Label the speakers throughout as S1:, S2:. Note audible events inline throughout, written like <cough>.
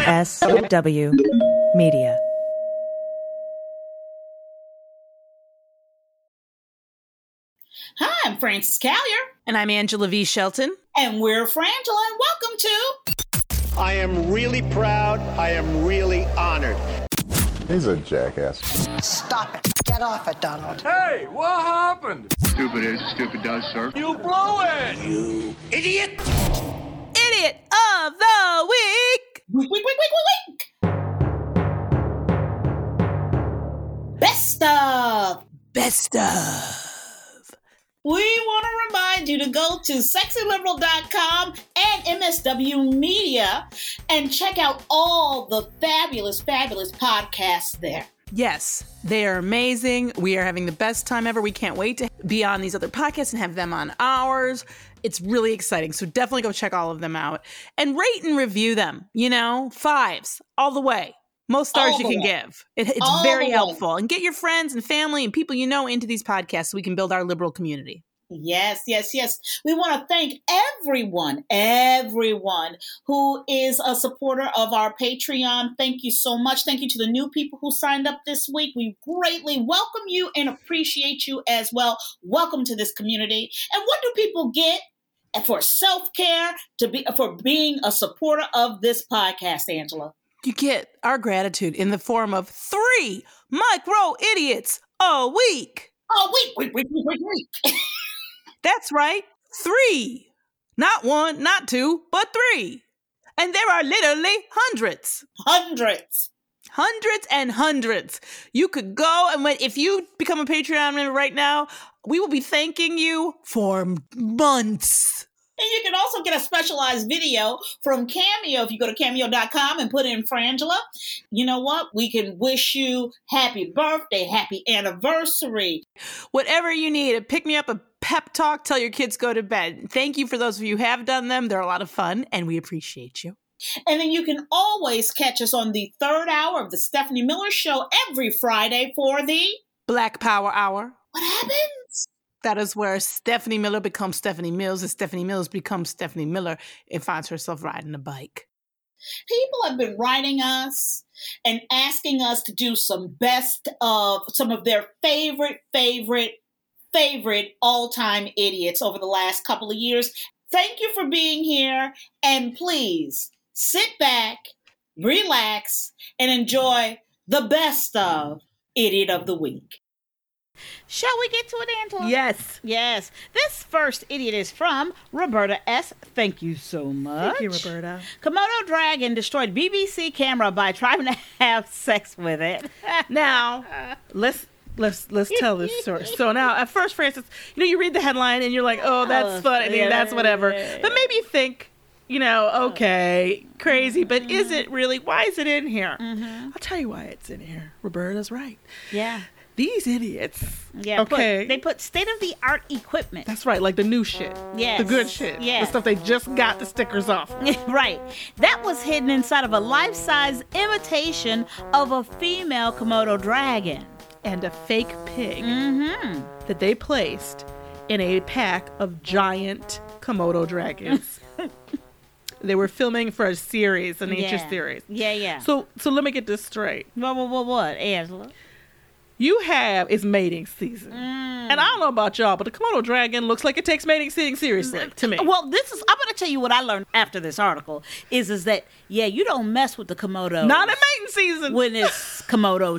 S1: MSW Media.
S2: Hi, I'm Frances Callier.
S3: And I'm Angela V. Shelton.
S2: And we're Frangela, and welcome to
S4: I am really proud. I am really honored.
S5: He's a jackass.
S6: Stop it. Get off it, Donald.
S7: Hey, what happened?
S8: Stupid is, stupid does, sir.
S7: You blew it!
S3: Idiot of the Week!
S2: week, week, week, week, week, week. Best of.
S3: Best of.
S2: We want to remind you to go to sexyliberal.com and MSW Media and check out all the fabulous, fabulous podcasts there.
S3: Yes, they are amazing. We are having the best time ever. We can't wait to be on these other podcasts and have them on ours. It's really exciting. So definitely go check all of them out and rate and review them. You know, fives all the way. Most stars
S2: All
S3: you
S2: the
S3: can
S2: way.
S3: give. It, it's
S2: All
S3: very
S2: the way.
S3: helpful. And get your friends and family and people you know into these podcasts so we can build our liberal community.
S2: Yes, yes, yes. We want to thank everyone, everyone who is a supporter of our Patreon. Thank you so much. Thank you to the new people who signed up this week. We greatly welcome you and appreciate you as well. Welcome to this community. And what do people get for self care to be for being a supporter of this podcast, Angela?
S3: You get our gratitude in the form of three micro idiots a week.
S2: Oh, wait, wait, wait, wait, wait, wait.
S3: That's right, three. Not one, not two, but three. And there are literally hundreds.
S2: Hundreds.
S3: Hundreds and hundreds. You could go and when, if you become a Patreon member right now, we will be thanking you for months.
S2: And you can also get a specialized video from Cameo if you go to cameo.com and put in Frangela. You know what? We can wish you happy birthday, happy anniversary.
S3: Whatever you need, a pick me up, a pep talk, tell your kids go to bed. Thank you for those of you who have done them. They're a lot of fun and we appreciate you.
S2: And then you can always catch us on the third hour of the Stephanie Miller Show every Friday for the
S3: Black Power Hour.
S2: What Happens?
S3: That is where Stephanie Miller becomes Stephanie Mills and Stephanie Mills becomes Stephanie Miller and finds herself riding a bike.
S2: People have been writing us and asking us to do some best of some of their favorite, favorite, favorite all time idiots over the last couple of years. Thank you for being here. And please sit back, relax, and enjoy the best of Idiot of the Week.
S9: Shall we get to it, Angela?
S3: Yes.
S9: Yes. This first idiot is from Roberta S. Thank you so much.
S3: Roberta.
S9: Komodo dragon destroyed BBC camera by trying to have sex with it.
S3: Now, let's let's let's tell this story. So now, at first, Francis, you know, you read the headline and you're like, "Oh, that's funny,
S9: yeah,
S3: that's whatever,"
S9: yeah,
S3: but maybe think, you know, okay, crazy, but is it really? Why is it in here? I'll tell you why it's in here. Roberta's right.
S9: yeah.
S3: These idiots.
S9: Yeah. put-
S3: Okay.
S9: they put state of the art equipment.
S3: That's right, like the new shit,
S9: Yes.
S3: the good shit,
S9: Yes.
S3: the stuff they just got the stickers off.
S9: <laughs> right. That was hidden inside of a life size imitation of a female Komodo dragon.
S3: and a fake pig
S9: Mm-hmm.
S3: that they placed in a pack of giant Komodo
S9: <laughs>
S3: dragons. they were filming for a series, a nature
S9: yeah.
S3: series.
S9: Yeah, yeah.
S3: So, so let me get this straight.
S9: what, what, what, what, Angela?
S3: You have it's mating
S9: Mm.
S3: season, and I don't know about y'all, but the Komodo dragon looks like it takes mating season seriously to me.
S9: Mm. Well, this is. I'm going to tell you what I learned after this article is is that yeah, you don't mess with the Komodo.
S3: not in mating season.
S9: when it's Komodo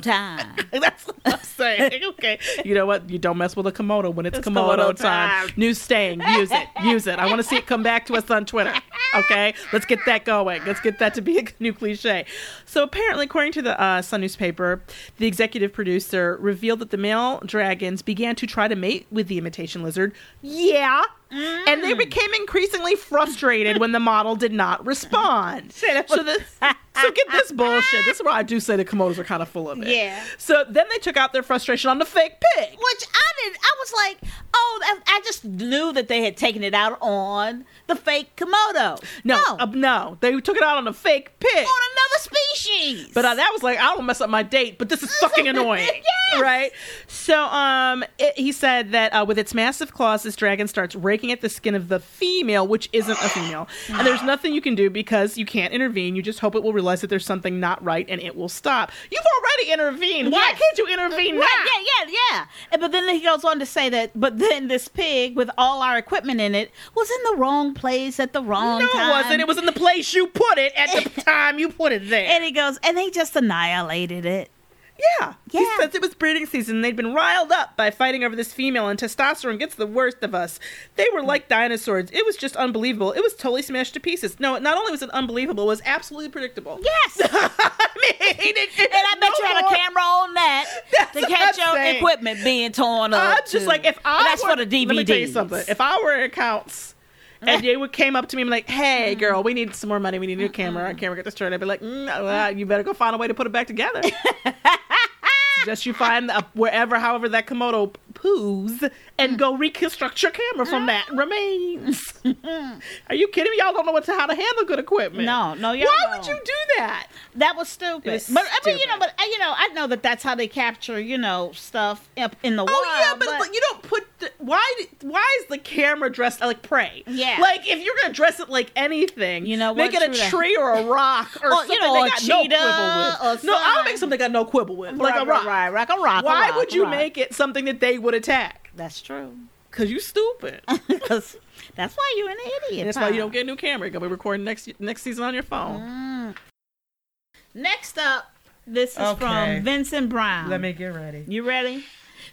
S2: <laughs>
S9: time.
S3: <laughs> That's what I'm saying. Okay. You know what? You don't mess with a Komodo when it's, Komodo,
S9: Komodo
S3: time.
S9: time.
S3: New staying. Use it. Use it. I want to see it come back to us on Twitter. Okay. Let's get that going. Let's get that to be a <laughs> new cliche. So, apparently, according to the uh, Sun newspaper, the executive producer revealed that the male dragons began to try to mate with the imitation lizard. Yeah. And they became increasingly frustrated when the model did not respond. So, this, so get this bullshit. This is why I do say the Komodos are kind of full of it.
S9: Yeah.
S3: So then they took out their frustration on the fake pig.
S9: Which I didn't. I was like, oh, I, I just knew that they had taken it out on the fake Komodo.
S3: No, uh, no, they took it out on the fake pig.
S9: on another species.
S3: But uh, that was like, I don't mess up my date, but this is fucking annoying.
S9: Yes.
S3: Right? So um, it, he said that uh, with its massive claws, this dragon starts raking.
S9: breaking at the skin of the female, which isn't a female. And there's nothing you can do because you can't intervene. You just hope it will realize that there's something not right and it will stop. You've already intervened. Why
S2: Yes.
S9: can't you intervene now?
S2: Right, yeah, yeah, yeah. And- But then he goes on to say that, but then this pig with all our equipment in it was in the wrong place at the wrong
S9: No,
S2: time.
S9: it wasn't. It was in the place you put it at the time you put it there.
S2: And he goes, and they just annihilated it.
S9: Yeah. He
S2: Yeah.
S9: says it was breeding season. They'd been riled up by fighting over this female, and testosterone gets the worst of us. They were like dinosaurs. It was just unbelievable. It was totally smashed to pieces. No, not only was it unbelievable, it was absolutely predictable.
S2: Yes. and
S9: <laughs> I mean, it, it-
S2: I bet you had
S9: no
S2: a
S9: more-
S2: camera on <laughs> that to
S9: what
S2: catch
S9: I'm
S2: your
S9: saying.
S2: equipment being torn up.
S9: I'm just
S2: too.
S9: like, if I
S2: But that's
S9: were,
S2: for the DVD.
S9: Let me tell you something. If I were in accounts and they would came up to me and be like, "Hey,
S2: Mm-hmm.
S9: girl, we need some more money. We need a new camera. Our camera got destroyed." I'd be like, mm, well, "You better go find a way to put it
S2: <laughs>
S9: back together." Just you find a, wherever, however, that Komodo poos, and go reconstruct your camera from that
S2: Mm-hmm. <laughs>
S9: remains. Are you kidding me? Y'all don't know what to, how to handle good equipment.
S2: No, no, y'all
S9: Why would
S2: don't.
S9: you do that?
S2: That was stupid.
S9: It was
S2: but I mean, you know,
S9: stupid.
S2: but uh, you know, I know that that's how they capture, you know, stuff up in the wild.
S9: Oh yeah, but, it's like, you don't put the, why d- why is the camera dressed like prey?
S2: Yeah.
S9: like if you're gonna dress it like anything,
S2: You know
S9: make
S2: what?
S9: it a
S2: True that.
S9: tree or a rock or
S2: <laughs> Or,
S9: something
S2: you know,
S9: they
S2: a
S9: got no
S2: cheetah
S9: quibble
S2: or
S9: with. No, I'll make
S2: something.
S9: something they got no quibble with, like
S2: Right,
S9: a rock.
S2: right, right, like a rock, a
S9: Why
S2: rock,
S9: would
S2: a
S9: you
S2: rock.
S9: make it something that they would attack?
S2: that's true.
S9: Cause
S2: <laughs>
S9: you stupid. And
S2: Because that's why you're an idiot.
S9: that's why you
S2: Tom.
S9: don't get a new camera. You're gonna be recording next next season on your phone.
S2: Next up, this is
S9: Okay.
S2: from Vincent Brown.
S9: get ready.
S2: You ready?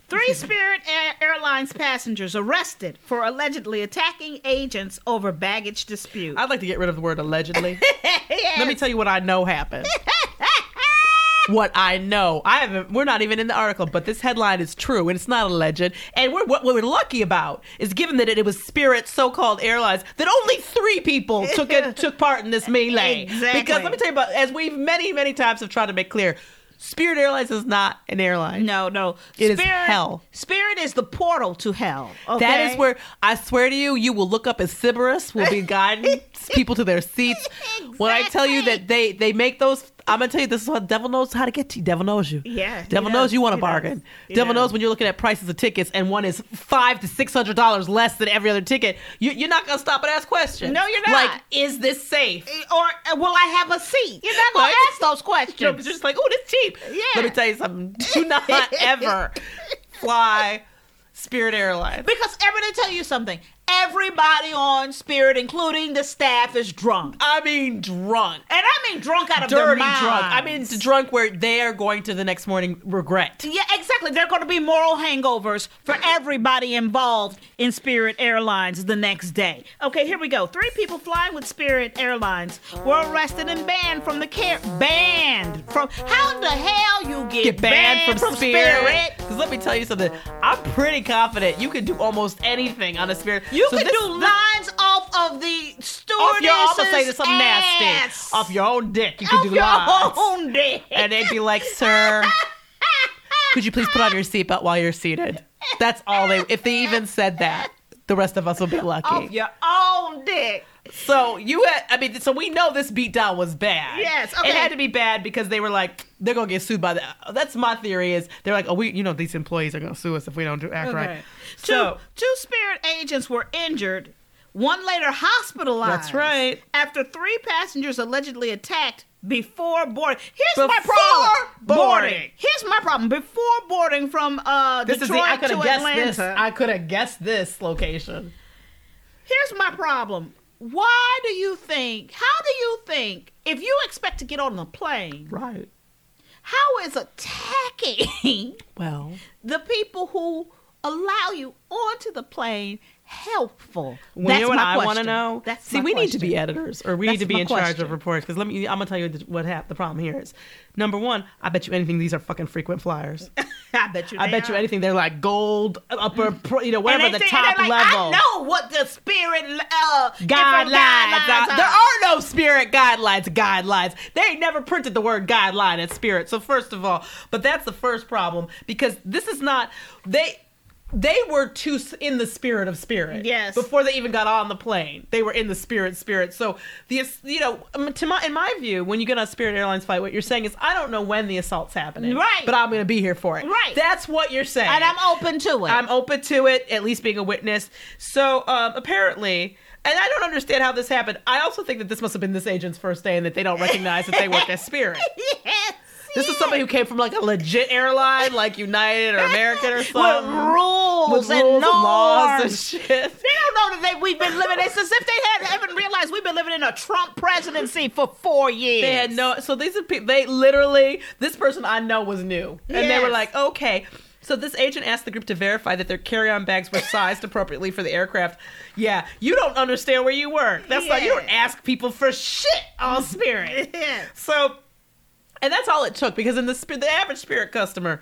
S2: Three Spirit Air- Airlines passengers arrested for allegedly attacking agents over baggage dispute.
S9: I'd like to get rid of the word
S2: <laughs>
S9: allegedly. Let me tell you what I know happened. <laughs> what I know. I haven't. We're not even in the article, but this headline is true, and it's not a legend. And we're, what we're lucky about is given that it, was Spirit, so-called airlines, that only three people took
S2: <laughs>
S9: it, took part in this melee.
S2: Exactly.
S9: Because let me tell you about as we've many many times have tried to make clear, Spirit Airlines is not an airline.
S2: no, no.
S9: It is
S2: Spirit,
S9: hell.
S2: Spirit is the portal to hell.
S9: That
S2: okay?
S9: is where I swear to you, you will look up as Sybaris will
S2: <laughs>
S9: be guiding people to their seats. When I tell you that they they make those, I'm gonna tell you this is what devil knows how to get to you. Devil knows you.
S2: Yeah, he
S9: Devil knows
S2: does.
S9: you want to
S2: He
S9: bargain.
S2: does. He
S9: devil
S2: does.
S9: knows when you're looking at prices of tickets and one is five to six hundred dollars less than every other ticket. You, you're not gonna stop and ask questions.
S2: No, you're not.
S9: Like, is this safe?
S2: Or uh, will I have a seat? You're not going
S9: Right.
S2: to ask those questions.
S9: No, but you're just like, oh, this cheap.
S2: Yeah.
S9: Let me tell you something. Do not
S2: <laughs>
S9: ever fly Spirit Airlines.
S2: Because I'm going to tell you something. Everybody on Spirit, including the staff, is drunk. Uh,
S9: I mean, drunk.
S2: And I mean drunk out of their
S9: dirty
S2: minds.
S9: drunk. I mean, it's drunk where they are going to the next morning regret.
S2: Yeah, exactly. There are going to be moral hangovers for everybody involved in Spirit Airlines the next day. Okay, here we go. Three people flying with Spirit Airlines were arrested and banned from the care. Banned from how the hell you get,
S9: Get banned, from, Spirit.
S2: Spirit?
S9: Because let me tell you something. I'm pretty confident you can do almost anything on a Spirit.
S2: You
S9: So
S2: can
S9: this-
S2: do
S9: this-
S2: lines off of the
S9: off
S2: stewardess.
S9: your. I'm gonna say this something
S2: ass.
S9: nasty. Off your own dick, you can
S2: Off
S9: do
S2: your
S9: lines.
S2: own dick.
S9: And
S2: <laughs>
S9: they'd be like, "Sir, could you please put on your seatbelt while you're seated?" That's all they. If they even said that, the rest of us will be lucky.
S2: off your own dick.
S9: So you had, I mean, so we know this beatdown was bad.
S2: Yes, okay.
S9: It had to be bad because they were like, they're gonna get sued by the. That's my theory is they're like, oh, we, you know, these employees are gonna sue us if we don't do act right.
S2: Two,
S9: So
S2: two Spirit agents were injured. One later hospitalized.
S9: That's right.
S2: After three passengers allegedly attacked before boarding. Here's my
S9: Before
S2: problem.
S9: boarding.
S2: Here's my problem. Before boarding from uh,
S9: this is the,
S2: Detroit
S9: I could
S2: to
S9: have guessed
S2: Atlanta.
S9: this. I could have guessed this location.
S2: Here's my problem. Why do you think? How do you think? If you expect to get on the plane,
S9: Right.
S2: how is attacking <laughs>
S9: Well,
S2: the people who allow you onto the plane helpful?
S9: Well, you know what
S2: my
S9: I want to
S2: question.
S9: know?
S2: That's
S9: See,
S2: my
S9: we need to
S2: question.
S9: be editors, or we
S2: That's
S9: need to be
S2: my
S9: in charge
S2: question.
S9: of reports. Because let me, I'm gonna tell you what happened. The problem here is, number one, I bet you anything these are fucking frequent flyers.
S2: I bet you.
S9: I
S2: they
S9: bet you
S2: are.
S9: anything they're like gold
S2: <laughs>
S9: upper, pro- you know,
S2: And
S9: whatever
S2: they
S9: the
S2: think- and
S9: top
S2: they're like,
S9: level.
S2: I know what the spirit uh, different
S9: guidelines. uh,
S2: guidelines
S9: There are no spirit guidelines. Guidelines. They ain't never printed the word guideline as spirit. So first of all, but that's the first problem because this is not they. they were too s- in the spirit of spirit.
S2: Yes.
S9: Before they even got on the plane, they were in the spirit spirit. So the ass- you know um, to my in my view, when you get on a Spirit Airlines flight, what you're saying is I don't know when the assault's happening,
S2: Right.
S9: But I'm going to be here for it,
S2: Right.
S9: That's what you're saying,
S2: and I'm open to it.
S9: I'm open to it, at least being a witness. So um, apparently, and I don't understand how this happened. I also think that this must have been this agent's first day, and that they don't recognize that they work as Spirit.
S2: <laughs> yes.
S9: This is somebody who came from like a legit airline, like United or
S2: <laughs>
S9: American or something.
S2: rules
S9: With
S2: and
S9: rules laws and
S2: norms.
S9: shit.
S2: They don't know that they, we've been living. It's as if they had haven't realized we've been living in a Trump presidency for four years.
S9: They had no. So these are people. They literally. This person I know was new, and they were
S2: Yes.
S9: like, okay. So this agent asked the group to verify that their carry-on bags were sized appropriately for the aircraft. Yeah, you don't understand where you work. That's like you don't ask people for shit
S2: <laughs>
S9: on Spirit. So, and that's all it took because in the Spirit, the average Spirit customer,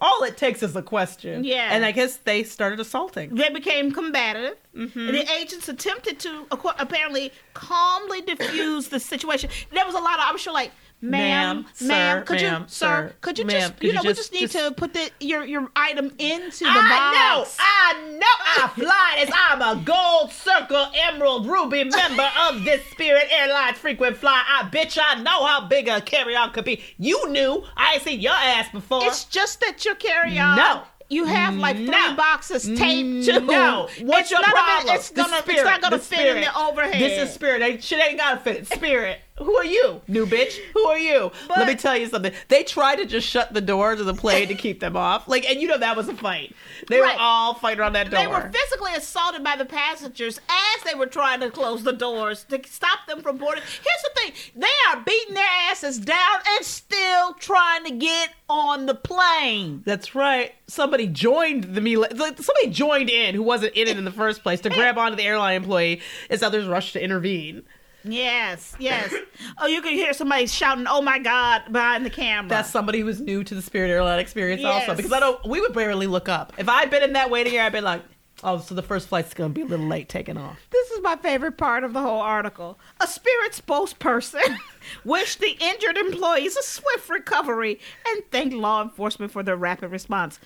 S9: all it takes is a question.
S2: Yeah.
S9: and I guess they started assaulting.
S2: They became combative. And the agents attempted to acqu- apparently calmly diffuse the situation. There was a lot of, I'm sure, like, ma'am,
S9: Ma'am,
S2: ma'am,
S9: sir,
S2: could
S9: ma'am,
S2: you, sir,
S9: sir,
S2: could you
S9: ma'am,
S2: just,
S9: could
S2: you
S9: you
S2: know, we
S9: just-
S2: just need
S9: just-
S2: to put the, your your item into the
S9: I
S2: box.
S9: know, I know, I fly this. I'm a gold circle, emerald, ruby member of this Spirit Airlines frequent fly. I bitch, I know how big a carry-on could be. You knew. I ain't seen your ass before.
S2: It's just that your carry on.
S9: No.
S2: You have like three
S9: No. Mm,
S2: boxes taped to.
S9: No.
S2: It's
S9: What's your
S2: none of it-
S9: problem?
S2: it's, gonna, it's not going to
S9: the
S2: fit in
S9: spirit.
S2: the overhead.
S9: This is spirit. Ain't, shit ain't got to fit. It's Spirit. Who are you, new bitch? Who are you? Let me tell you something. They tried to just shut the door to the plane to keep them off. Like, and you know that was a fight. They
S2: Right.
S9: were all fighting on that door.
S2: They were physically assaulted by the passengers as they were trying to close the doors to stop them from boarding. Here's the thing they are beating their asses down and still trying to get on the plane.
S9: That's right. Somebody joined the melee. like, Somebody joined in who wasn't in it in the first place
S2: <laughs>
S9: to grab onto the airline employee as others rushed to intervene.
S2: Yes, yes. oh, you can hear somebody shouting, oh my God, behind the camera.
S9: That's somebody who was new to the Spirit Airline experience also
S2: Yes.
S9: because I don't. We would barely look up. If I'd been in that waiting area, I'd been like, oh, so the first flight's gonna be a little late taking off.
S2: This is my favorite part of the whole article. A spirit spokesperson <laughs> wished the injured employees a swift recovery and thanked law enforcement for their rapid response.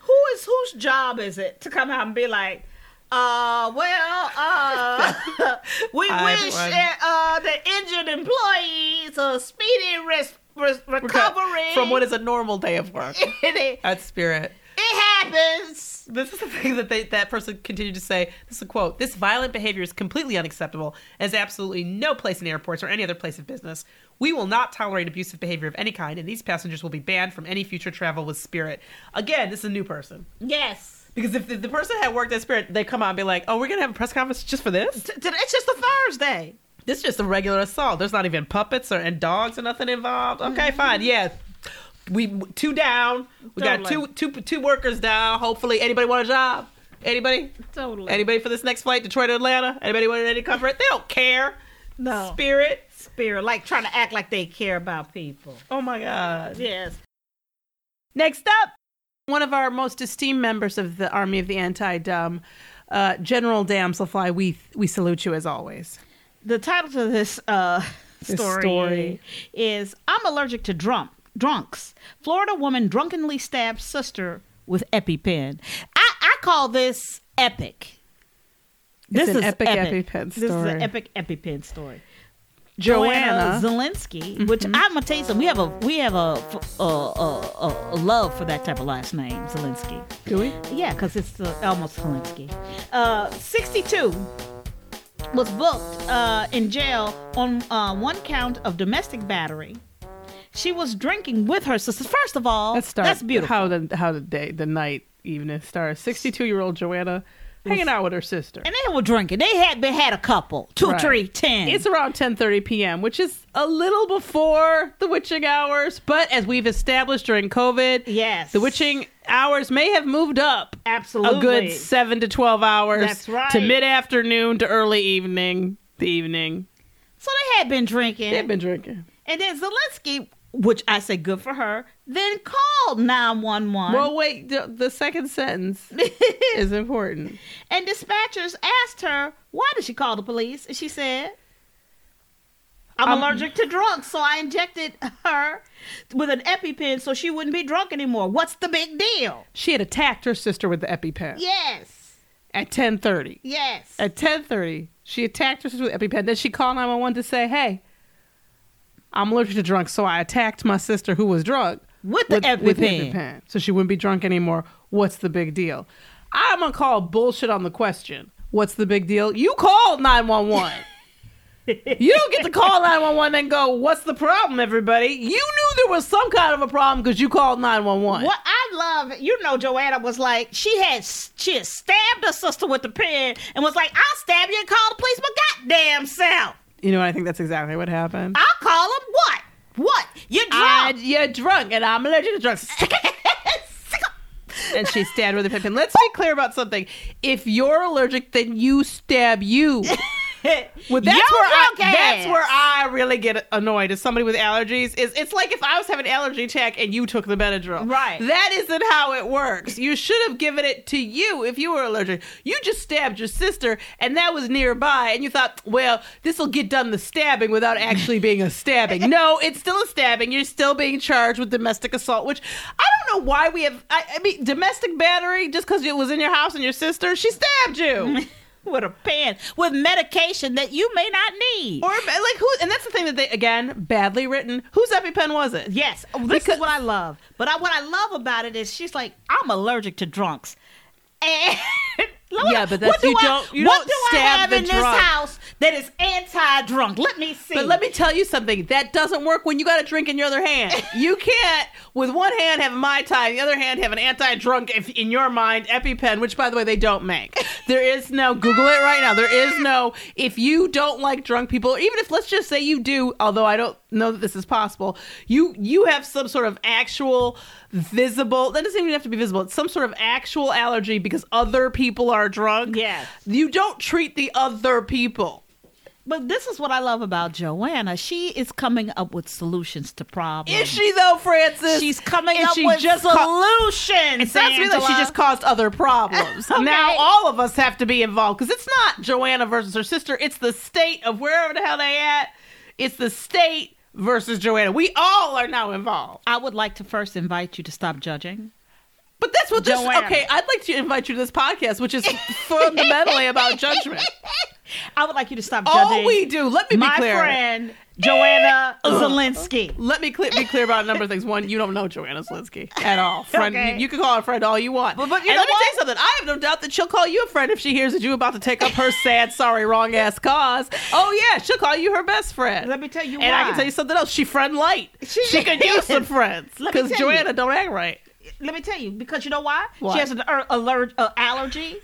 S2: Who is whose job is it to come out and be like, uh, well, uh, <laughs> we
S9: Hi,
S2: wish
S9: everyone.
S2: uh, the injured employees a speedy res- res- recovery
S9: from what is a normal day of work
S2: it,
S9: at Spirit.
S2: <laughs> it happens.
S9: This is the thing that they, that person continued to say. This is a quote. This violent behavior is completely unacceptable and has absolutely no place in airports or any other place of business. We will not tolerate abusive behavior of any kind, and these passengers will be banned from any future travel with Spirit. Again, this is a new person.
S2: Yes.
S9: Because if the, the person had worked at Spirit, they come out and be like, oh, we're going to have a press conference just for this?
S2: T- t- It's just a Thursday.
S9: This is just a regular assault. There's not even puppets or and dogs or nothing involved. Okay,
S2: Mm-hmm.
S9: fine. Yeah. We two down. We got two
S2: Totally.
S9: two two workers down. Hopefully, anybody want a job? Anybody?
S2: Totally.
S9: Anybody for this next flight, Detroit, Atlanta? Anybody want any comfort? They don't care.
S2: No.
S9: Spirit.
S2: spirit, like trying to act like they care about people.
S9: Oh my God.
S2: Yes.
S9: Next up, one of our most esteemed members of the Army of the Anti-Dumb, uh, General Damselfly. We we salute you as always.
S2: The title to this uh, story,
S9: story.
S2: is "I'm allergic to drunk drunks." Florida woman drunkenly stabs sister with EpiPen. I, I call this epic. This
S9: an
S2: is
S9: epic EpiPen
S2: This is an
S9: story.
S2: epic EpiPen story. Zelensky, which
S9: Mm-hmm.
S2: I'm gonna tell you something. We have a we have a a, a, a love for that type of last name, Zelensky.
S9: Do we?
S2: Yeah, because it's uh, almost Zelensky. Uh, 62 was booked uh, in jail on uh, one count of domestic battery. She was drinking with her sister. First of all,
S9: Let's start.
S2: that's beautiful.
S9: How the how the day the night evening starts. Sixty two year old Joanna hanging out with her sister.
S2: and they were drinking. They had been had a couple, two,
S9: Right.
S2: three, ten.
S9: It's around 10:30 p.m., which is a little before the witching hours, but as we've established during COVID,
S2: Yes.
S9: the witching hours may have moved up
S2: Absolutely.
S9: a good 7 to 12 hours
S2: That's right.
S9: to mid-afternoon to early evening, the evening.
S2: so they had been drinking.
S9: They've been drinking.
S2: and then Zelensky, which I say good for her, then called 911.
S9: Well, wait, the, the second sentence is important.
S2: and dispatchers asked her, why did she call the police? And she said, I'm allergic to drugs, so I injected her with an EpiPen so she wouldn't be drunk anymore. What's the big deal?
S9: She had attacked her sister with the EpiPen
S2: Yes.
S9: at 10:30.
S2: Yes.
S9: At 10:30, she attacked her sister with EpiPen. Then she called 911 to say, "Hey, I'm allergic to drunk, so I attacked my sister who was drunk
S2: With the EpiPen.
S9: with EpiPen, so she wouldn't be drunk anymore. What's the big deal?" I'm gonna call bullshit on the question. What's the big deal? You
S2: <laughs>
S9: called 911. you don't get to call 911 and go, "What's the problem, everybody?" You knew there was some kind of a problem because you called 911.
S2: What I love, you know, Joanna was like, she had she had stabbed her sister with the pen and was like, I'll stab you and call the police my goddamn self.
S9: You know, I think that's exactly what happened.
S2: I'll call them what? What? You're
S9: I,
S2: drunk.
S9: you're drunk, and I'm allergic
S2: <laughs>
S9: to drugs. and she stabbed her with a pen. Let's be clear about something. If you're allergic, then you
S2: <laughs>
S9: stab you. Well, that's
S2: Yo,
S9: where I,
S2: drunk
S9: that's
S2: ass.
S9: where I really get annoyed. Is somebody with allergies? Is it's like if I was having an allergy attack and you took the Benadryl.
S2: Right.
S9: That isn't how it works. You should have given it to you if you were allergic. You just stabbed your sister, and that was nearby, and you thought, well, this will get done the stabbing without actually being a stabbing. no, it's still a stabbing. You're still being charged with domestic assault, which I don't know why we have. I, I mean, domestic battery just because it was in your house and your sister, she stabbed you.
S2: with a pen with medication that you may not need.
S9: Or like who? And that's the thing that they again badly written. Whose EpiPen was it?
S2: yes, Oh, this
S9: Because-
S2: is what I love. But I, what I love about it is she's like, I'm allergic to drunks. And <laughs> Lord,
S9: Yeah, but that's-
S2: what do
S9: you
S2: I,
S9: don't- you
S2: what
S9: don't
S2: do I
S9: stab
S2: have
S9: the
S2: in
S9: drunk.
S2: this house that is anti-drunk? Let me see.
S9: But let me tell you something. That doesn't work when you got a drink in your other
S2: <laughs>
S9: hand. You can't, with one hand, have a Mai Tai, and the other hand, have an anti drunk, if in your mind, EpiPen, which, by the way, they don't
S2: <laughs>
S9: make. There is no, Google it right now. There is no, if you don't like drunk people, or even if, let's just say you do, although I don't know that this is possible, you you have some sort of actual visible, that doesn't even have to be visible, it's some sort of actual allergy because other people are drunk.
S2: Yes.
S9: You don't treat the other people.
S2: But this is what I love about Joanna. She is coming up with solutions to problems.
S9: Is she though, Francis?
S2: She's coming
S9: Is
S2: up
S9: she
S2: with
S9: just
S2: solutions.
S9: It sounds to me like she
S2: Angela.
S9: just caused other
S2: <laughs>
S9: problems.
S2: Okay.
S9: Now all of us have to be involved because it's not Joanna versus her sister. It's the state of wherever the hell they at. It's the state versus Joanna. We all are now involved.
S2: I would like to first invite you to stop judging.
S9: But that's what this.
S2: Joanna.
S9: Okay, I'd like to invite you to this
S2: <laughs>
S9: podcast, which is fundamentally about judgment.
S2: I would like you to stop judging.
S9: All Oh, we Uh, do. Let me be
S2: my
S9: clear.
S2: friend Joanna Zelensky.
S9: Let me clear, be clear about a number of things. One, you don't know Joanna Slinsky at all. Friend,
S2: Okay.
S9: you, you can call her friend all you want.
S2: But- but you
S9: and
S2: know
S9: let me
S2: what?
S9: tell you something. I have no doubt that she'll call you a friend if she hears that you about to take up her sad, sorry, wrong ass cause. Oh yeah, she'll call you her best friend.
S2: Let me tell you
S9: And I
S2: why.
S9: can tell you something else. She
S2: <laughs>
S9: friend light. She, could use some friends
S2: Let me
S9: because
S2: tell you.
S9: Joanna don't act right.
S2: Let me tell you, because you know why?
S9: Why?
S2: She has an er- allerg- uh, allergy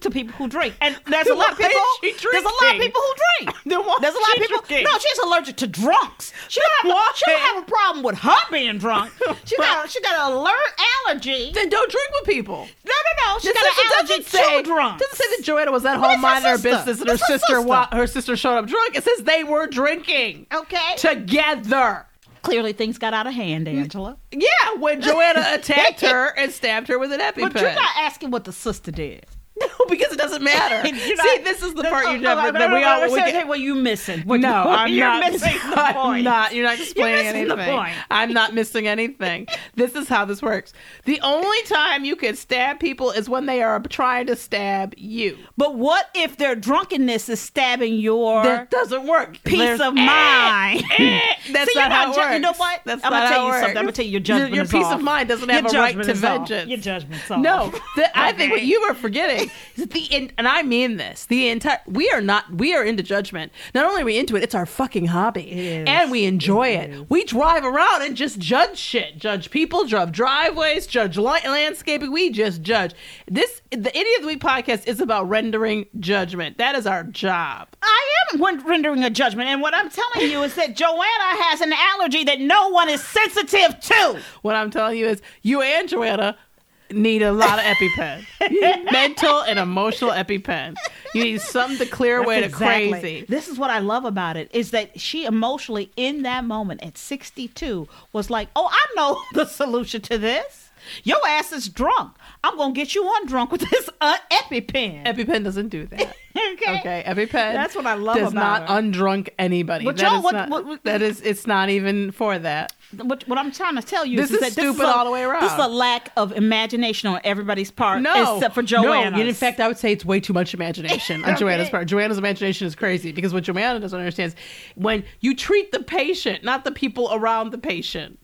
S2: to people who drink,
S9: <laughs>
S2: and there's a lot of
S9: Why is
S2: people.
S9: she
S2: There's a lot of
S9: drinking?
S2: people who drink.
S9: <laughs> Then why
S2: There's a
S9: is
S2: lot
S9: she
S2: of people.
S9: drinking?
S2: No, she's allergic to drunks. She don't, have,
S9: Why?
S2: a- she don't have a problem with her being
S9: <laughs>
S2: drunk. She got a, she got an alert allergy.
S9: Then don't drink with people.
S2: No, no, no. She
S9: This
S2: got
S9: is- it
S2: an allergy
S9: doesn't say,
S2: to drunks.
S9: Doesn't say that Joanna was at
S2: But
S9: home
S2: it's her
S9: minding her
S2: sister.
S9: business and her
S2: It's her
S9: sister,
S2: sister. Oh.
S9: wa- her sister showed up drunk. It says they were drinking
S2: Okay. Mm.
S9: together.
S2: Clearly, things got out of hand, Angela.
S9: Yeah, when Joanna attacked <laughs> her and stabbed her with an EpiPen.
S2: But you're not asking what the sister
S9: <laughs>
S2: did.
S9: No, because it doesn't matter.
S2: <laughs> You're
S9: See,
S2: not- oh,
S9: this is the
S2: No,
S9: part
S2: no,
S9: you
S2: no,
S9: never.
S2: no,
S9: that
S2: no,
S9: we
S2: no,
S9: all.
S2: no,
S9: we
S2: say,
S9: get-
S2: hey, what you missing? What-
S9: no,
S2: <laughs>
S9: I'm
S2: you're
S9: not.
S2: missing the
S9: I'm
S2: point.
S9: not. You're
S2: <laughs>
S9: not explaining
S2: missing the
S9: anything.
S2: point.
S9: I'm not missing anything.
S2: <laughs>
S9: this is how this works. The only time you can stab people is when they are trying to stab you.
S2: But what if their drunkenness is stabbing your
S9: That doesn't work.
S2: peace
S9: There's-
S2: of mind?
S9: That's
S2: eh, <laughs> See,
S9: not
S2: you're
S9: how
S2: not
S9: it
S2: ju-
S9: works.
S2: you know what?
S9: That's
S2: I'm
S9: not
S2: gonna
S9: how
S2: tell
S9: it
S2: you
S9: works.
S2: something. I'm gonna tell you your judgment
S9: Your
S2: is
S9: peace
S2: off.
S9: of mind doesn't
S2: Your
S9: have a right
S2: judgment
S9: to
S2: is off.
S9: vengeance.
S2: Your judgment's off.
S9: No,
S2: <laughs>
S9: the, I think what
S2: Okay.
S9: you are forgetting is that the in, and I mean this. The entire we are not we are into judgment. Not only are we into it, it's our fucking hobby, and we enjoy it. We drive around and just judge shit, judge people, judge driveways, judge li- landscaping. We just judge. This the Idiot of the Week podcast is about rendering judgment. That is our job.
S2: I am wen- rendering a judgment, and what I'm telling you is that Joanna has an allergy that no one is sensitive to.
S9: What I'm telling you is, you and Joanna need a lot
S2: <laughs>
S9: of EpiPen, mental and emotional EpiPen. You need something to clear away
S2: That's
S9: to
S2: exactly-
S9: crazy.
S2: This is what I love about it is that she <laughs> emotionally in that moment at 62 was like, "Oh, I know the solution to this. Your ass is drunk. I'm gonna get you on drunk with this uh, EpiPen.
S9: EpiPen doesn't do that.
S2: <laughs> okay.
S9: Okay, EpiPen. That's
S2: what I love
S9: Does
S2: about
S9: not undrunk anybody.
S2: But
S9: That
S2: y'all,
S9: is
S2: what-
S9: not-
S2: what- what-
S9: that is, it's not even for that.
S2: What, what I'm trying to tell you
S9: This
S2: is,
S9: is
S2: that
S9: stupid
S2: a-
S9: all the way around.
S2: This is a lack of imagination on everybody's part,
S9: No,
S2: except for
S9: no,
S2: Joanna.
S9: and in fact, I would say it's way too much imagination
S2: <laughs>
S9: on Joanna's part. Joanna's imagination is crazy because what Joanna doesn't understand is when you treat the patient, not the people around the patient.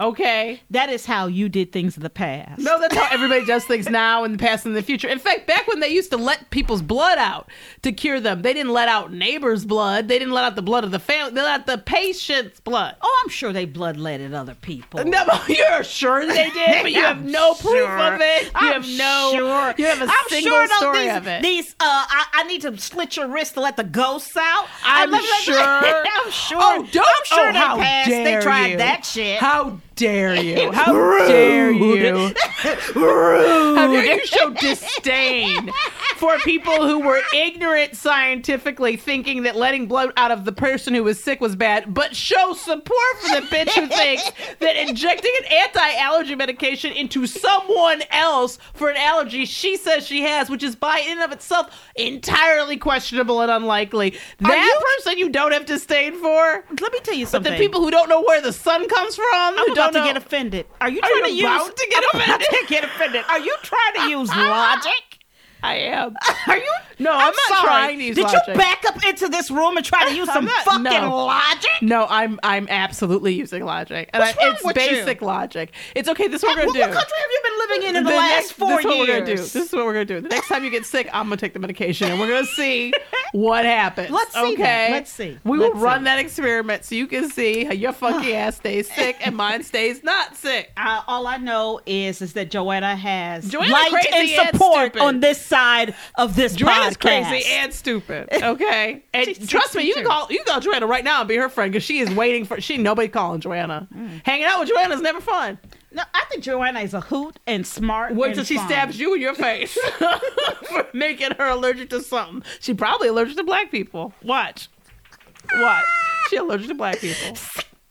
S9: Okay.
S2: that is how you did things in the past.
S9: No, that's how everybody does things now in the past and in the future. In fact, back when they used to let people's blood out to cure them, they didn't let out neighbors' blood. They didn't let out the blood of the family. They let out the patient's blood.
S2: Oh, I'm sure they bloodletted other people.
S9: No, <laughs> you're sure they did, but you <laughs> have no proof of it. You
S2: I'm
S9: have no.
S2: Sure.
S9: You have a
S2: I'm
S9: single
S2: sure though
S9: story
S2: these,
S9: of it.
S2: These, uh, I, I need to slit your wrist to let the ghosts out.
S9: I'm
S2: I-
S9: sure.
S2: <laughs>
S9: <laughs>
S2: I'm sure.
S9: Oh, don't.
S2: I'm sure
S9: oh,
S2: they
S9: how
S2: passed. They
S9: dare
S2: tried
S9: you.
S2: that shit.
S9: How dare <laughs> you? How dare you? <laughs> How dare you show disdain for people who were ignorant scientifically, thinking that letting blood out of the person who was sick was bad, but show support for the bitch who thinks that injecting an anti-allergy medication into someone else for an allergy she says she has, which is by in and of itself entirely questionable and unlikely. That person you don't have disdain for.
S2: Let me tell you
S9: But
S2: something.
S9: the people who don't know where the sun comes from,
S2: I'm
S9: who
S2: about
S9: don't
S2: to
S9: know,
S2: get offended. Are you
S9: Are
S2: trying
S9: you
S2: to use?
S9: about to <laughs> get
S2: I'm about
S9: offended?
S2: to get offended. Are you trying to use logic?
S9: I am.
S2: <laughs> Are you?
S9: No, I'm not
S2: sorry.
S9: trying to use
S2: Did you
S9: logic.
S2: back up into this room and try to use
S9: <laughs> I'm
S2: some
S9: not-
S2: fucking
S9: no.
S2: logic?
S9: No, I'm I'm absolutely using logic, and
S2: What's
S9: I,
S2: wrong
S9: it's
S2: with you?
S9: basic logic. It's okay. This is what
S2: What,
S9: we're
S2: what
S9: gonna
S2: country
S9: do.
S2: have you been living in in the,
S9: The
S2: last
S9: next-
S2: four
S9: this is what
S2: years?
S9: We're gonna do. This is what we're gonna do. The next time you get sick, I'm gonna take the medication, and we're gonna see
S2: <laughs>
S9: what happens.
S2: Let's see that.
S9: okay?
S2: Let's see.
S9: We
S2: Let's
S9: will
S2: see.
S9: run that experiment so you can see how your
S2: <sighs>
S9: funky ass stays sick and mine stays not sick.
S2: Uh, all I know is is that Joanna has
S9: Joanna's
S2: light and
S9: crazy and
S2: support
S9: stupid.
S2: on this side of this
S9: Joanna's
S2: podcast.
S9: crazy and stupid. Okay, <laughs>
S2: She's
S9: and trust me, you can
S2: 62.
S9: call you can call Joanna right now and be her friend because she is waiting for she nobody calling Joanna. Hanging out with Joanna is never fun.
S2: no, I think Joanna is a hoot and smart.
S9: Wait
S2: and
S9: till she
S2: fun.
S9: stabs you in your face <laughs> for making her allergic to something. She probably allergic to black people. Watch, watch. She allergic to black people. <laughs>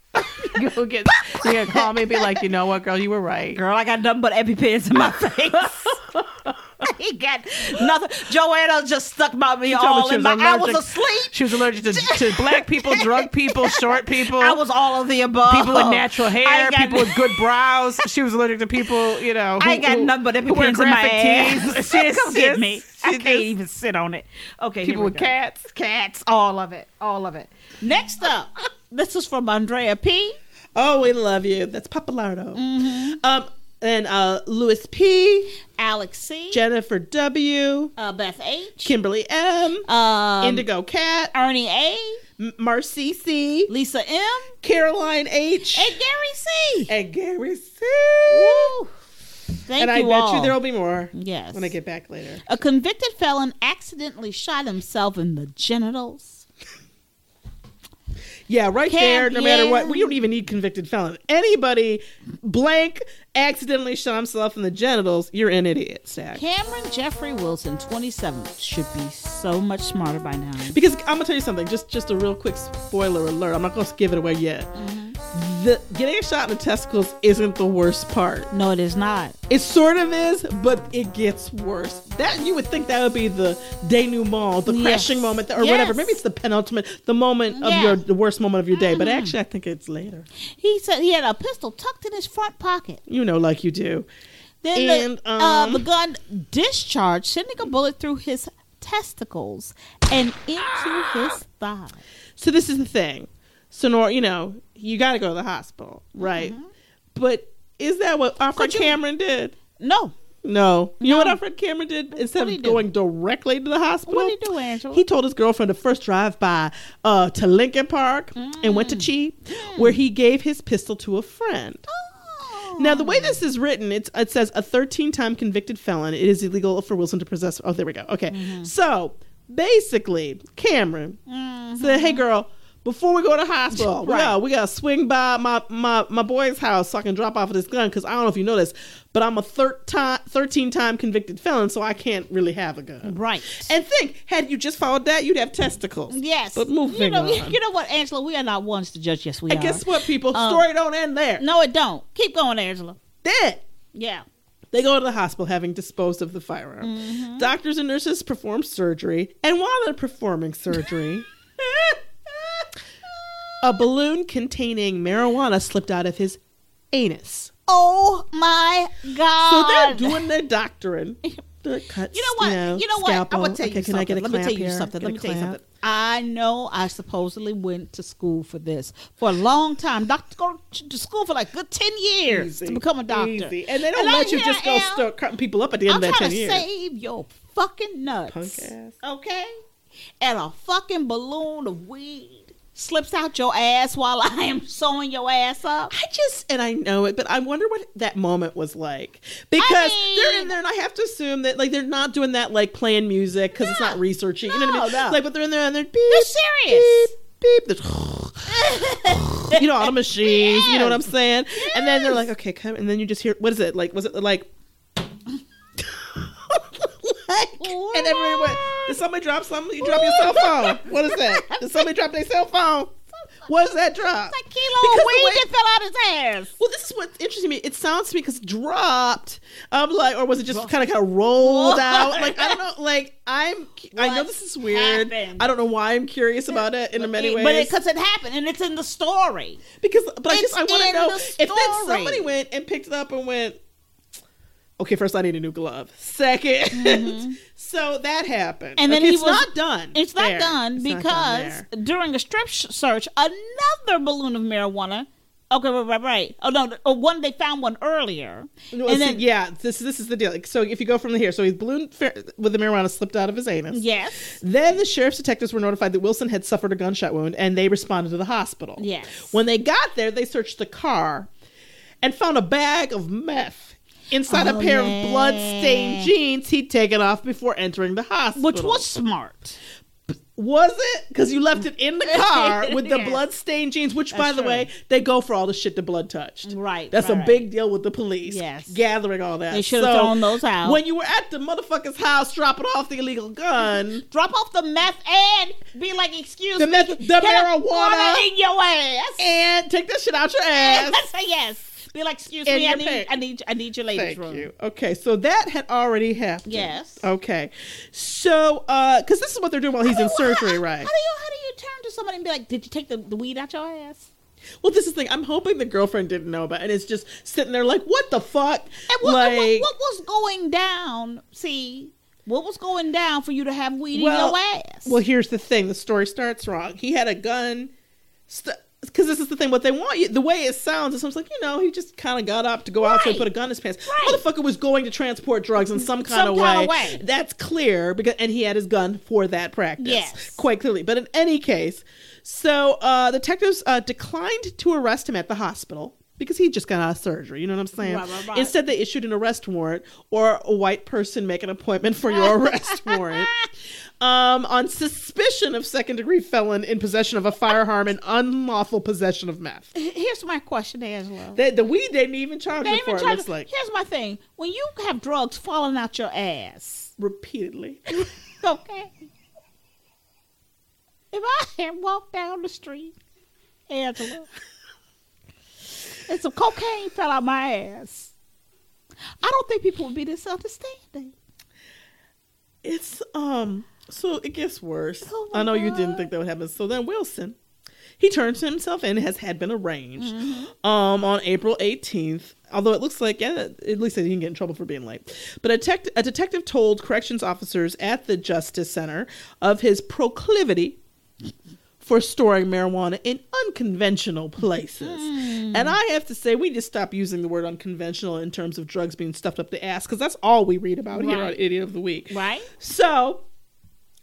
S9: Go get. You're gonna call me and be like, you know what, girl, you were right.
S2: Girl, I got nothing but EpiPens <laughs> in my face. he got nothing. Joanna just stuck by me
S9: told me
S2: all
S9: she
S2: in
S9: was
S2: my. I was
S9: allergic.
S2: asleep.
S9: She was allergic to, to black people, drug people, <laughs> short people.
S2: I was all of the above.
S9: people with natural
S2: Oh, I
S9: hair,
S2: ain't got <laughs>
S9: people with good brows. She was allergic to people, you know. Who,
S2: I ain't got
S9: who-
S2: nothing but
S9: who wear
S2: EpiPens in my
S9: graphic tees.
S2: <laughs> ass.
S9: She's
S2: Come get
S9: just-
S2: me.
S9: she's
S2: I can't
S9: just-
S2: even sit on it. Okay, here
S9: People
S2: we
S9: with
S2: go.
S9: cats.
S2: cats, all of it, all of it. Next up, <laughs> this is from Andrea P.
S10: Oh, we love you. That's Papalardo.
S2: Mm-hmm.
S10: Um, and uh, Louis P,
S2: Alex C,
S10: Jennifer W,
S2: uh, Beth H,
S10: Kimberly M,
S2: um,
S10: Indigo Cat,
S2: Ernie A,
S10: M- Marcy C,
S2: Lisa M,
S10: Caroline H,
S2: and Gary C.
S10: and Gary C.
S2: Thank
S10: and I
S2: you
S10: bet
S2: all.
S10: you there will be more
S2: yes.
S10: when I get back later.
S2: A convicted felon accidentally shot himself in the genitals.
S10: Yeah, right
S2: Can't-
S10: there. No matter what,
S2: yeah.
S10: we don't even need convicted felon. Anybody blank accidentally shot himself in the genitals, you're an idiot, Stack.
S2: Cameron Jeffrey Wilson, 27, should be so much smarter by now.
S10: Because I'm gonna tell you something. Just just a real quick spoiler alert. I'm not gonna give it away yet.
S2: Mm-hmm.
S10: The getting a shot in the testicles isn't the worst part.
S2: No, it is not.
S10: It sort of is, but it gets worse. That you would think that would be the denouement, the
S2: Yes.
S10: crashing moment, or whatever.
S2: Yes.
S10: Maybe it's the penultimate, the moment
S2: Yeah. Mm-hmm.
S10: of your the worst moment of your day. But actually, I think it's later.
S2: He said he had a pistol tucked in his front pocket.
S10: You know, like you do.
S2: Then
S10: And,
S2: the, uh,
S10: um,
S2: the gun discharged, sending a bullet through his testicles and into his thigh.
S10: So this is the thing. So, Nor, you know, you got to go to the hospital,
S2: Mm-hmm.
S10: right? But is that what Alfred Cameron did?
S2: No,
S10: No. You know what Alfred Cameron did? Instead
S2: What'd he
S10: of
S2: do?
S10: going directly to the hospital,
S2: What'd he do, Angela?
S10: He told his girlfriend to first drive by uh, to Lincoln Park and went to
S2: Mm.
S10: Chi, where he gave his pistol to a friend.
S2: Oh,
S10: Now, the way this is written, it's, it says a 13 time convicted felon. It is illegal for Wilson to possess. Oh, there we go. Okay.
S2: Mm-hmm.
S10: So basically, Cameron
S2: Mm-hmm.
S10: said, hey, girl, before we go to hospital, we, gotta, we gotta swing by my, my, my boy's house so I can drop off this gun because I don't know if you know this, but I'm a thir- ti- 13 time convicted felon, so I can't really have a gun.
S2: right.
S10: And think, had you just followed that, you'd have testicles.
S2: yes,
S10: But moving
S2: you know, <laughs>
S10: on.
S2: you Um, know what, Angela, we are not ones to judge. Yes, we
S10: and
S2: are.
S10: guess what, people? Story don't end there.
S2: No, it don't. Keep going, Angela.
S10: Then
S9: Yeah. They go to the hospital having disposed of the firearm.
S10: Mm-hmm.
S9: Doctors and nurses perform surgery, and while they're performing
S10: <laughs>
S9: surgery, a balloon containing marijuana slipped out of his anus.
S10: Oh my
S9: So they're
S10: god!
S9: doing their
S10: <laughs>
S9: doctrine. The cuts,
S10: you know what? You know, what? I'm
S9: scalpel.
S10: gonna tell
S9: Okay,
S10: you
S9: can I
S10: something.
S9: get a
S10: Let me tell
S9: clamp
S10: you
S9: here?
S10: something.
S9: Get
S10: Let
S9: a
S10: me tell you
S9: clamp.
S10: something. I know I supposedly went to school for this for a long time. Doctor go to school for like good ten years to become a doctor,
S9: Easy. And they don't
S10: I
S9: let you
S10: here
S9: just go
S10: am.
S9: start cutting people up at the end
S10: I'm
S9: of that 10
S10: trying to
S9: years.
S10: save your fucking nuts.
S9: Punk ass.
S10: Okay? And a fucking balloon of weed slips out your ass while <laughs> I am sewing your ass up.
S9: I just and I know it, but I wonder what that moment was like because they're in
S10: mean-
S9: there, and I have to assume that like they're not doing that like playing music because it's not researching. you know what I mean?
S10: No, no.
S9: Like, but they're in there and they're beep,
S10: They're serious.
S9: beep, beep. there's <laughs> you know, auto machines. You know what I'm saying? And then they're like, okay, come, and then you just hear what is it like? Was it like? like and everyone went, did somebody drop something? You drop your cell phone. What is that? Did somebody drop their cell
S10: <laughs>
S9: phone? What is that drop?
S10: A kilo
S9: Because
S10: of
S9: the
S10: weed
S9: way-
S10: that fell out his ass.
S9: Well, this is what's interesting to me. It sounds to me because dropped. I'm like, or was it just kind of kind of rolled out? Like I don't know. Like I'm. I know
S10: What
S9: this is weird.
S10: happened?
S9: I don't know why I'm curious about it in many ways.
S10: But because it, happened and it's in the story.
S9: because, but I just
S10: it's
S9: I want to
S10: in
S9: know
S10: the
S9: if then
S10: story.
S9: somebody went and picked it up and went. Okay, first I need a new glove. <laughs> 2nd so that happened.
S10: Mm-hmm. And then
S9: Okay,
S10: he
S9: it's
S10: was-
S9: not done.
S10: It's not
S9: there.
S10: done
S9: It's not
S10: because
S9: there.
S10: during a strip sh- search, another balloon of marijuana. Okay, right, right, right. Oh no, or one they found one earlier,
S9: Well,
S10: and
S9: see,
S10: then
S9: yeah, this this is the deal. Like, So if you go from here, so his balloon fair, with the marijuana slipped out of his anus.
S10: yes,
S9: Then the sheriff's detectives were notified that Wilson had suffered a gunshot wound and they responded to the hospital.
S10: Yes.
S9: When they got there, they searched the car and found a bag of meth inside
S10: Oh,
S9: a pair of blood-stained jeans he'd taken off before entering the hospital.
S10: which was smart.
S9: was it? Because you left it in the
S10: <laughs>
S9: car with the
S10: Yes.
S9: blood-stained jeans, which by
S10: That's
S9: the
S10: true.
S9: way, they go for all the shit the blood touched.
S10: Right,
S9: That's
S10: right,
S9: a
S10: right.
S9: big deal with the police.
S10: Yes.
S9: Gathering all that.
S10: They should've thrown those out.
S9: When you were at the motherfucker's house dropping off the illegal gun.
S10: drop off the meth and be like, excuse
S9: The
S10: me,
S9: meth- the
S10: get a
S9: marijuana.
S10: water in your ass.
S9: and take that shit out your ass.
S10: Say <laughs> yes. Be like, excuse
S9: In
S10: me, I
S9: your
S10: need,
S9: pants.
S10: I need, I need your ladies
S9: Thank
S10: room.
S9: you. Okay, so that had already happened.
S10: Yes.
S9: Okay, so uh, because this is what they're doing while he's in surgery,
S10: <laughs> How
S9: right?
S10: do you, how do you turn to somebody and be like, did you take the, the weed out your ass?
S9: Well, this is the thing. I'm hoping the girlfriend didn't know about, it and it's just sitting there like, what the fuck?
S10: And what,
S9: like,
S10: and what, what was going down? See, what was going down for you to have weed
S9: Well-
S10: in your ass?
S9: well, here's the thing. The story starts wrong. He had a gun. St- because this is the thing, what they want you, the way it sounds, it sounds like, you know, he just kind of got up to go outside and
S10: Right.
S9: put a gun in his pants.
S10: Right.
S9: Motherfucker was going to transport drugs in some kind,
S10: Some
S9: of,
S10: kinda
S9: way.
S10: way.
S9: That's clear, because and he had his gun for that practice.
S10: Yes.
S9: Quite clearly. But in any case, so uh, the detectives uh, declined to arrest him at the hospital. Because he just got out of surgery, you know what I'm saying?
S10: Right, right, right.
S9: Instead, they issued an arrest warrant, or a white person make an appointment for
S10: <laughs>
S9: your arrest warrant um, on suspicion of second degree felon in possession of a firearm and unlawful possession of meth.
S10: Here's my question, Angela.
S9: The, the weed they didn't even charge
S10: They
S9: him for,
S10: even
S9: it
S10: tried
S9: looks
S10: to-
S9: like.
S10: Here's my thing: when you have drugs falling out your ass,
S9: Repeatedly.
S10: Okay. If I had walked down the street, Angela, and some cocaine fell out my ass, I don't think people would be this understanding.
S9: It's, um, so it gets worse.
S10: Oh my
S9: I know you didn't think that would happen. So then Wilson, he turns himself in, has had been arranged
S10: Mm-hmm.
S9: um, on April 18th. Although it looks like, yeah, at least he didn't get in trouble for being late. But a, tec- a detective told corrections officers at the Justice Center of his proclivity for storing marijuana in unconventional places.
S10: Mm.
S9: And I have to say, we just stop using the word unconventional in terms of drugs being stuffed up the ass because that's all we read about here on
S10: Right.
S9: Idiot of the Week.
S10: Right.
S9: So,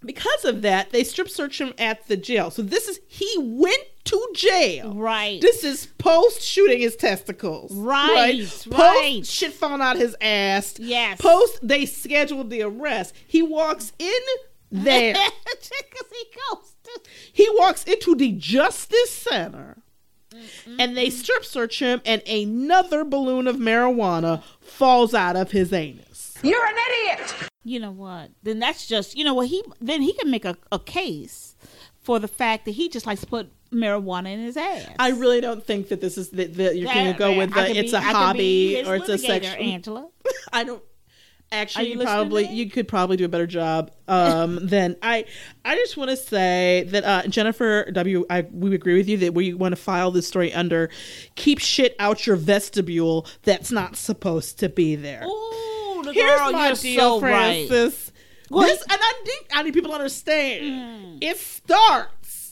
S9: because of that, they strip search him at the jail. So, this is he went to jail.
S10: Right.
S9: This is post shooting his testicles.
S10: Right, right.
S9: Post shit falling out his ass.
S10: Yes.
S9: Post they scheduled the arrest. He walks
S10: <laughs>
S9: in there.
S10: Because he goes to.
S9: He walks into the Justice Center and they strip search him, and another balloon of marijuana falls out of his anus.
S11: You're an idiot!
S10: You know what? Then that's just you know what he then he can make a, a case for the fact that he just likes to put marijuana in his ass.
S9: I really don't think that this is that that you're going
S10: Yeah,
S9: to go with
S10: I
S9: the
S10: could
S9: it's
S10: be-
S9: a
S10: I could be
S9: hobby
S10: his
S9: or it's a
S10: litigator,
S9: sexual.
S10: Angela.
S9: I don't
S10: Are
S9: actually
S10: you
S9: you
S10: listening to
S9: probably
S10: me?
S9: you could probably do a better job
S10: <laughs>
S9: um than I I just want to say that uh Jennifer W I we agree with you that we want to file this story under keep shit out your vestibule that's not supposed to be there.
S10: Ooh, the
S9: Here's
S10: Oh, girl,
S9: my
S10: you're
S9: deal,
S10: so right.
S9: Francis. This, and I think I need people to
S10: Mm.
S9: understand. It starts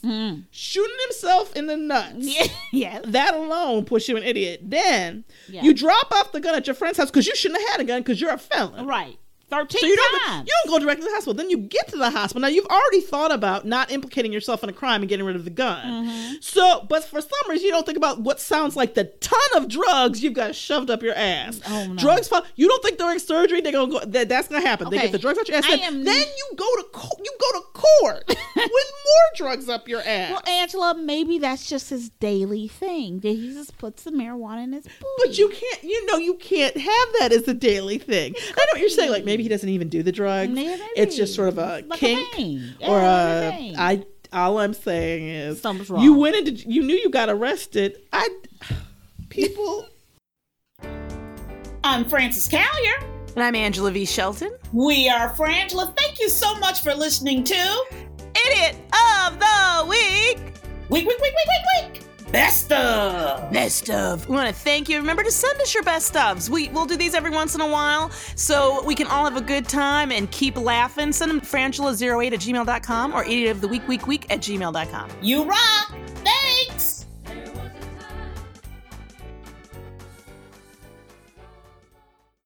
S9: shooting himself in the nuts.
S10: <laughs> yes.
S9: That alone puts you an idiot. Then you drop off the gun at your friend's house because you shouldn't have had a gun because you're a felon.
S10: Right. 13
S9: So you don't
S10: times.
S9: you don't go directly to the hospital. Then you get to the hospital. Now you've already thought about not implicating yourself in a crime and getting rid of the gun.
S10: Mm-hmm.
S9: So, but for some reason you don't think about what sounds like the ton of drugs you've got shoved up your ass.
S10: Oh,
S9: Drugs. Fall, you don't think during surgery they're gonna go, that that's gonna happen. They
S10: Okay.
S9: get the drugs out your ass.
S10: I
S9: Then,
S10: am-
S9: then you go to co- you go to
S10: <laughs>
S9: court with more drugs up your ass.
S10: Well, Angela, maybe that's just his daily thing that he just puts the marijuana in his booty.
S9: But you can't, you know, you can't have that as a daily thing. I know what you're saying. Like maybe he doesn't even do the drugs.
S10: Maybe.
S9: It's just sort of a
S10: It's like a
S9: kink
S10: thing.
S9: or a.
S10: Yeah, it's a thing.
S9: I. All I'm saying is,
S10: Something's
S9: you
S10: wrong.
S9: went into, you knew you got arrested. I, <sighs> people.
S12: I'm Frances Callier.
S3: And I'm Angela V. Shelton.
S12: We are Frangela. Thank you so much for listening to
S3: Idiot of the Week.
S12: Week, Week, Week, Week, Week, Week. Best of.
S3: Best of. We want to thank you. Remember to send us your best ofs. We, we'll do these every once in a while so we can all have a good time and keep laughing. Send them to frangela08 at gmail.com or idiot of the week, week, week at gmail.com.
S12: You rock.